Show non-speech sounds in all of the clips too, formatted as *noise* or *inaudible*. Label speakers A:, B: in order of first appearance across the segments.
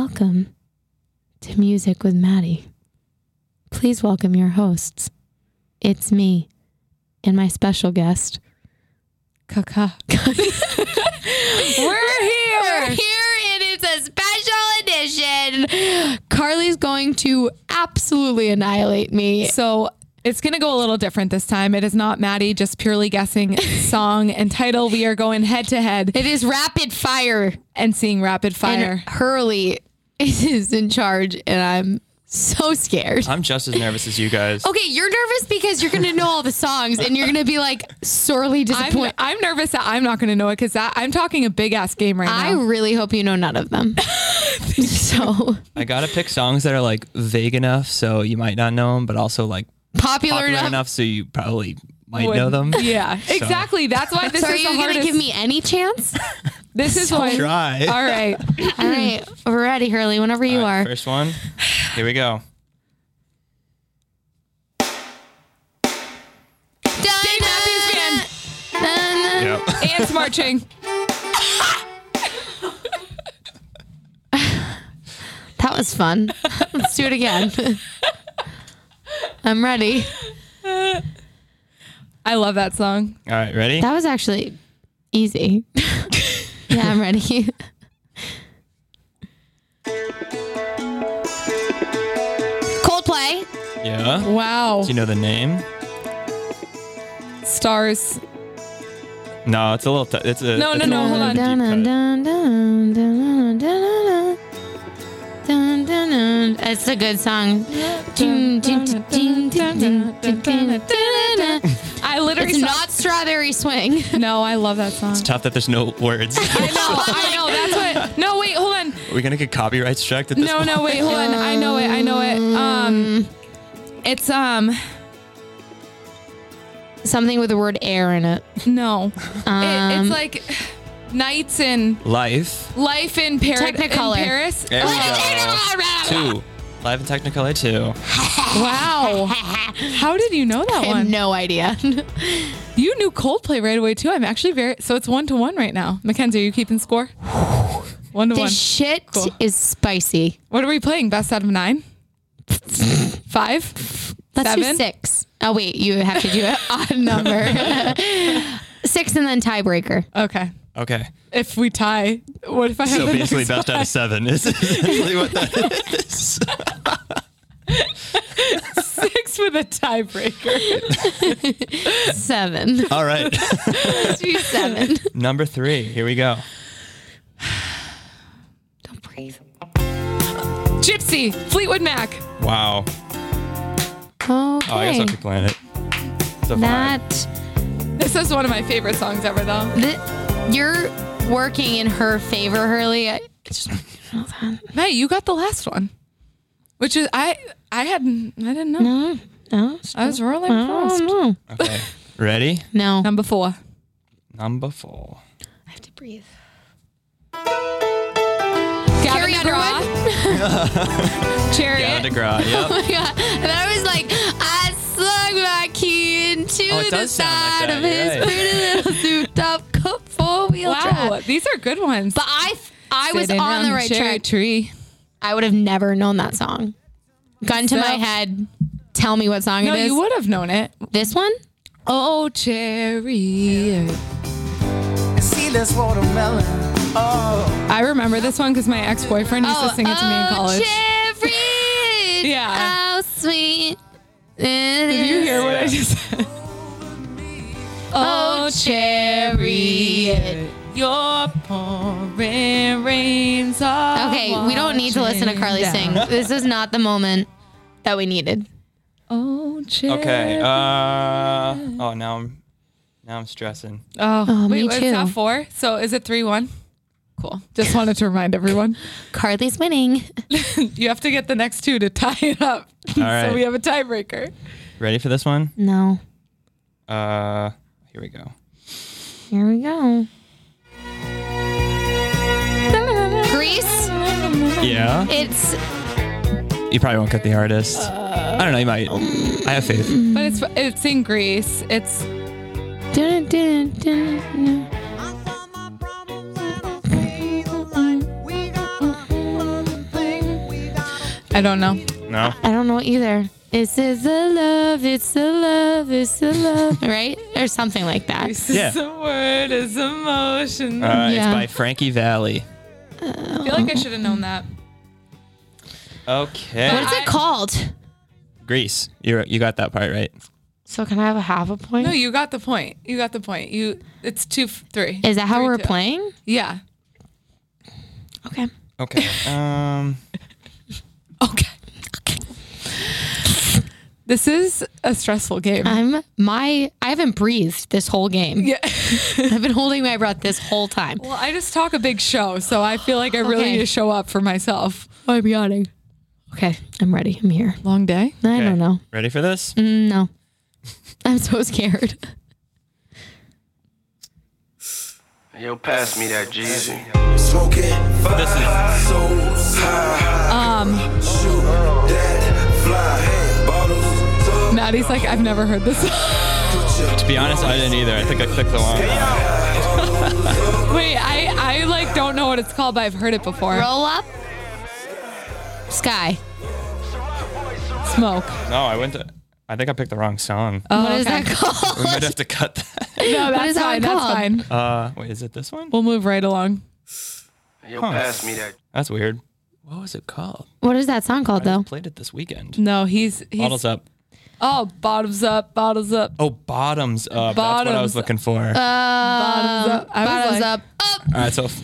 A: Welcome to Music with Maddie. Please welcome your hosts. It's me and my special guest.
B: Kaka. *laughs* We're
A: We're
B: here.
A: here and it's a special edition. Carly's going to absolutely annihilate me.
B: *laughs* So it's going to go a little different this time. It is not Maddie just purely *laughs* guessing song and title. We are going head to head
A: It is rapid fire.
B: and seeing rapid
A: And
B: fire.
A: Hurley is in charge and I'm so scared.
C: I'm just as nervous as you guys.
A: Okay, you're nervous because you're going to know all the songs and you're going to be like sorely
B: I'm,
A: disappointed.
B: I'm nervous that I'm not going to know it because I'm talking a big ass game right
A: I
B: now.
A: really hope you know none of them. so
C: I gotta pick songs that are like vague enough so you might not know them, but also like
A: popular,
C: popular
A: enough.
C: enough, so you probably might
B: Would-
C: know them.
B: Yeah, exactly. That's *laughs* why this
A: So are
B: is
A: you
B: the
A: going to
B: hardest.
A: give me any chance?
B: this is why.
C: *laughs* Try.
B: All right.
A: all right, we're ready, Hurley, whenever you
C: All right,
A: are.
C: First one. Here we go.
A: Dave
B: Matthews Band.
C: Yep.
B: Ants marching.
A: That was fun. *laughs* Let's do it again. I'm ready.
B: I love that song.
C: All right, ready?
A: That was actually easy. yeah, I'm ready. Coldplay.
C: Yeah.
B: Wow.
C: Do you know the name?
B: Stars.
C: No, it's a little. T- it's a.
B: No,
C: it's
B: no,
C: a
B: no, hold
C: little
B: on.
C: deep
A: Dun, dun,
C: cut.
A: dun, dun, dun, dun, dun, dun, dun, dun. It's a good song. It's
B: I literally. saw-
A: not Strawberry Swing.
B: no, I love that song.
C: It's tough that there's no words.
B: I know,
A: *laughs*
B: I know. That's what. No, wait, hold on.
C: We're gonna get copyright struck at this
B: No,
C: point.
B: no, wait, hold on. I know it. I know it. Um, it's um,
A: Something with the word air in it.
B: no. it,
A: Um,
B: it's like nights in
C: Life
B: life in, Par- in
A: Technicolor.
B: Paris.
C: There we
A: *laughs*
C: two. Live in Technicolor two.
B: Wow. How did you know that
A: I have
B: *laughs* one?
A: no idea.
B: You knew Coldplay right away too. I'm actually very. So it's one to one right now. Mackenzie, are you keeping score? One to one.
A: this shit
B: Cool.
A: is spicy.
B: What are we playing? Best out of nine. Five.
A: Let's do
B: Seven?
A: six. Oh wait, you have to do an *laughs* odd
B: *laughs*
A: number. six and then tiebreaker.
B: Okay.
C: Okay.
B: If we tie, what if I *laughs* have
C: So
B: the
C: basically,
B: next
C: best out of seven *laughs* is essentially what that is.
B: six with a tiebreaker?
A: Seven.
C: All right.
A: Let's do
B: *laughs*
A: seven.
C: Number three. Here we go.
A: Don't breathe.
B: Gypsy, Fleetwood Mac.
C: Wow.
A: Okay.
C: Oh, I guess I'll keep playing it. It's a vibe.
A: that
B: This is one of my favorite songs ever, though.
A: th- you're working in her favor, Hurley. I,
B: Matt, you got the last one, which is I I hadn't I didn't know.
A: no,
C: Hmm.
A: Um, no,
B: I was really
A: no,
B: impressed.
A: no,
C: Okay. Ready?
A: oh, no.
B: Number four.
C: Number four.
A: I have to breathe.
B: Gavin
A: Carrie *laughs*
B: DeGraw.
C: Gavin
B: Chariot.
C: DeGraw. Yep.
A: Oh my god, that was like I slung my key into
C: Oh, it
A: the
C: does sound like
A: side
C: that,
A: of
C: you're
A: his
C: right.
A: pretty
C: *laughs*
A: little souped up cup four wheel drive.
B: Wow, these are good ones.
A: But I, I was
B: Sitting
A: on the
B: round
A: right
B: cherry
A: track.
B: Tree.
A: I would have never known that song. Gun to
B: So-
A: my head. Tell me what song
B: No,
A: it is.
B: you would have known it.
A: This one?
B: Oh, cherry.
D: seedless watermelon. Oh,
B: I remember this one because my ex-boyfriend used to sing it to me in college.
A: Oh, Cherry.
B: *laughs* Yeah.
A: Oh, sweet.
B: Did you hear what I just said?
A: Oh, chariot,
B: your pouring rains are.
A: Okay, we don't need to listen to Carly sing. This is not the moment that we needed.
B: Oh, chariot.
C: *laughs* Okay. Uh. Oh, now I'm, now I'm stressing.
B: oh,
A: Oh,
B: wait,
A: me
B: what's
A: too.
B: that for? So is it 3 1? Cool. Just wanted to remind everyone.
A: Carly's winning.
B: You have to get the next two to tie it up.
C: *laughs* All right.
B: So we have a tiebreaker.
C: Ready for this one?
A: No.
C: Uh. Here we go.
A: Here we go. Grease.
C: Yeah.
A: It's
C: You probably won't get the artist. I don't know. You might. I have faith.
B: But it's it's in Greece. It's
A: Dun, dun, dun, dun.
B: I don't know.
C: No.
A: I don't know either. It's is a love, it's a love, it's a *laughs* love, right? Or something like that.
B: This
C: *laughs* Yeah.
B: is a word, is emotion.
C: Uh,
A: Yeah.
C: It's by Frankie Valley.
B: I feel like I should have known that.
C: Okay.
A: What's it called?
C: Greece. You you got that part right.
A: So can I have a half a point?
B: No, you got the point. You got the point. You. It's two, f- three.
A: is that how
B: Three,
A: we're
B: two.
A: playing?
B: Yeah.
A: Okay.
C: Okay. Um.
B: Okay. This is a stressful game.
A: I'm my I haven't breathed this whole game.
B: yeah.
A: *laughs* I've been holding my breath this whole time.
B: well, I just talk a big show, so I feel like I really
A: Okay.
B: need to show up for myself.
A: I'm yawning. Okay, I'm ready. I'm here.
B: Long day.
A: I
C: Okay.
A: don't know.
C: Ready for this?
A: Mm, No. I'm so scared.
E: Yo, pass me that Jeezy.
F: Smoking fire,
C: This is
F: so high,
B: Um,
F: shoot that fly. Bottles up,
B: Maddie's like, I've never heard this. *laughs*
F: put your
C: to be honest, I didn't either. I think I clicked the wrong.
B: Wait, I I like don't know what it's called, but I've heard it before.
A: Roll up. Sky.
B: Smoke.
C: No, I went to. I think I picked the wrong song.
B: Oh,
A: What is
B: okay.
A: that *laughs*
C: We might
A: called?
C: have to cut that.
B: *laughs* No, that's
A: is that
B: fine.
A: one
B: That's
A: called?
B: fine.
C: Uh, *laughs* wait, is it this one?
B: We'll move right along.
E: Yo,
C: Huh.
E: pass me that.
C: That's weird. What was it called?
A: What is that song called
C: I
A: though?
C: played it this weekend.
B: No, he's he's
C: Bottles up.
B: oh bottoms up, bottles up,
C: Oh, bottoms up. That's what I
B: Bottoms
C: was looking for.
B: bottoms Um, up. I
A: Um,
B: was
A: Bottoms
B: like,
A: up. Up.
C: All right, so f-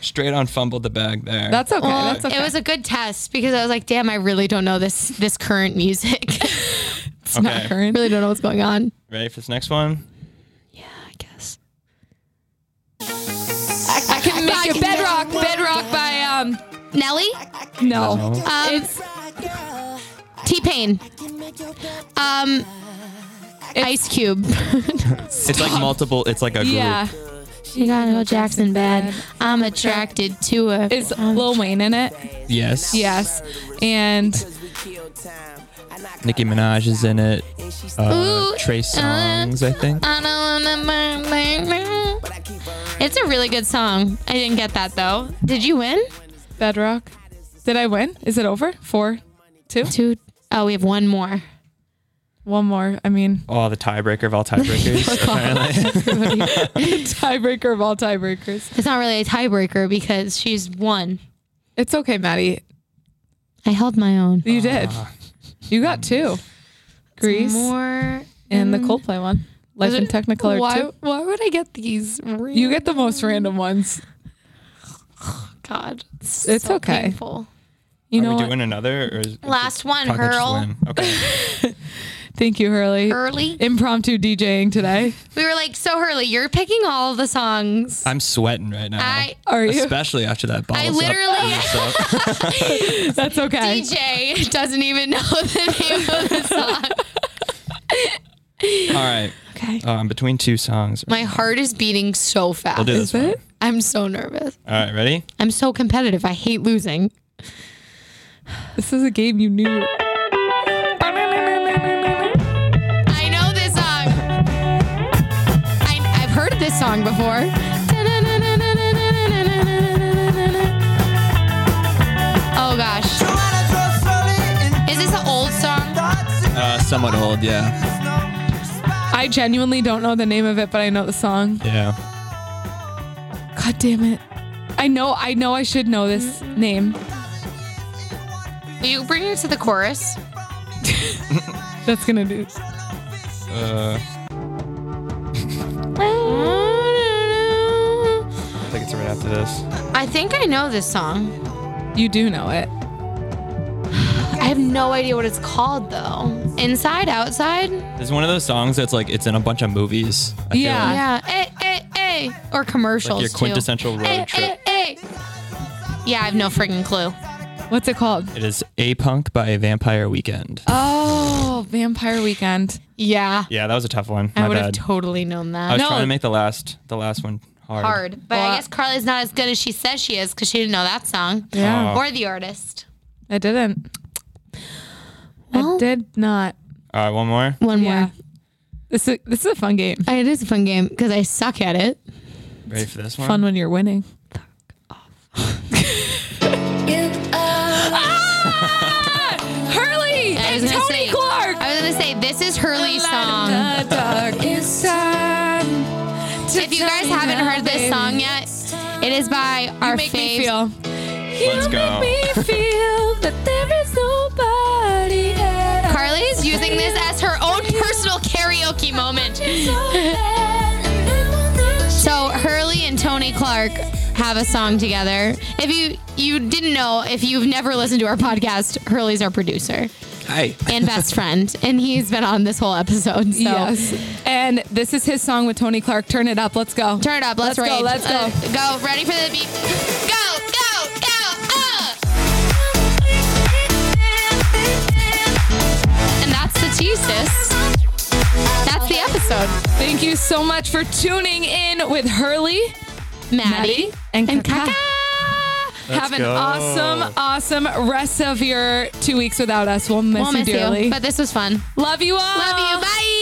C: straight on fumbled the bag there.
B: That's okay.
A: Well,
B: that's okay.
A: It was a good test because I was like, damn, I really don't know this this current music. *laughs*
B: it's not
C: okay.
B: current.
A: really don't know what's going on.
C: ready for this next one.
A: I guess.
B: I, I can
A: I
B: make it
A: can
B: Ah, bedrock, bedrock by um
A: Nelly?
B: no.
A: Um,
B: It's
A: T Pain. Um, Ice *laughs* Cube.
C: It's like multiple. It's like a group.
B: yeah.
A: Chicago Jackson bad. I'm attracted to a.
B: Is Lil Wayne in it?
C: Yes.
B: Yes. And
C: Nicki Minaj is in it. Uh,
A: Ooh, uh.
C: Trey Songs, I think.
A: I don't wanna burn, burn, burn. It's a really good song. I didn't get that though. Did you win?
B: bedrock. Did I win? Is it over? Four, two,
A: Two oh we have one more.
B: one more. I mean, *laughs*
C: Oh, the tiebreaker of all tiebreakers. apparently.
B: tiebreaker of all tiebreakers.
A: It's not really a tiebreaker because she's won.
B: It's okay, Maddie.
A: I held my own.
B: *laughs*
C: Ah.
B: You did.
C: Uh,
B: You got two. Grease
A: More
B: and the Coldplay one. Life in Technicolor
A: why,
B: two.
A: Why would I get these?
B: You get the most random ones.
A: God. It's,
B: It's
A: so
B: okay.
A: painful.
B: You
C: Are
B: know
C: we
B: what?
C: doing another? Or is
A: Last one,
C: Pocket
A: Hurl.
C: Slim? Okay.
B: Thank you, Hurley.
A: Hurley.
B: Impromptu DJing today.
A: We were like, so Hurley, you're picking all the songs.
C: I'm sweating right now.
A: I
B: Are you?
C: Especially after that ball.
A: I literally-
B: *laughs*
C: *laughs*
B: That's okay.
A: DJ *laughs* doesn't even know the name of the song. *laughs*
C: all right.
A: Okay.
C: Uh, I'm between two songs.
A: My heart is beating so fast.
C: We'll do this
B: Is
C: one.
B: it?
A: I'm so nervous.
C: All right, ready?
A: I'm so competitive. I hate losing.
B: This is a game you knew.
A: *laughs* I know this song. I, I've heard this song before. Oh gosh. Is this an old song?
C: Uh, somewhat old, yeah.
B: I genuinely don't know the name of it, but I know the song.
C: Yeah.
B: God damn it. I know I know I should know this name.
A: Will you bring it to the chorus?
B: That's gonna do.
C: Uh,
A: I
C: I think it's right after this.
A: think I know this song.
B: You do know it.
A: I have no idea what it's called though. Inside, outside?
C: It's one of those songs that's like it's in a bunch of movies. I feel
B: Yeah.
C: like.
A: Yeah. Hey, hey, hey. Or commercials.
C: Like your
A: too.
C: quintessential road
A: Eh, eh,
C: trip.
A: eh. Yeah, I have no freaking clue.
B: What's it called?
C: It is A Punk by Vampire Weekend.
B: Oh, Vampire Weekend.
A: Yeah.
C: yeah, that was a tough one.
A: I
C: My
A: would have
C: bad.
A: totally known
C: I
A: that.
C: was
B: No.
C: trying to make the last the last one hard.
A: Hard. But
B: Well,
A: I guess Carly's not as good as she says she is because she didn't know that song
B: Yeah.
C: Oh.
A: or the artist.
B: I didn't. I
A: Well-
B: did not.
C: All right, Uh, one more.
A: One
B: Yeah. This is this is a fun game.
A: more. It is a fun game because I suck at it.
C: Ready for this one?
B: Fun when you're winning. Ah!
A: say this is Hurley's song.
B: The darkest time.
A: If you guys haven't heard this song yet, it is by our
B: make
A: fave
B: me feel. You
C: Let's go.
B: make me feel that there is nobody else.
A: *laughs* Carly's using this as her own personal karaoke moment. So Hurley and Tony Clark have a song together. If you you didn't know, if you've never listened to our podcast, Hurley's our producer
C: Hi.
A: and best friend, and he's been on this whole episode. So
B: Yes. And this is his song with Tony Clark. Turn it up. Let's go.
A: turn it up. Let's, Uh.
B: Let's go,
A: rave.
B: let's go.
A: go. Ready for the beat? Go. Go. Go. Uh. And that's the thesis. That's the episode.
B: Thank you so much for tuning in with Hurley,
A: Maddie,
B: Maddie, and,
A: and
B: Kaka.
A: Kaka.
B: Have an
C: go.
B: awesome, awesome rest of your two weeks without us. We'll miss
A: We'll
B: you
A: miss
B: dearly.
A: you, but this was fun.
B: Love you all.
A: Love you. Bye.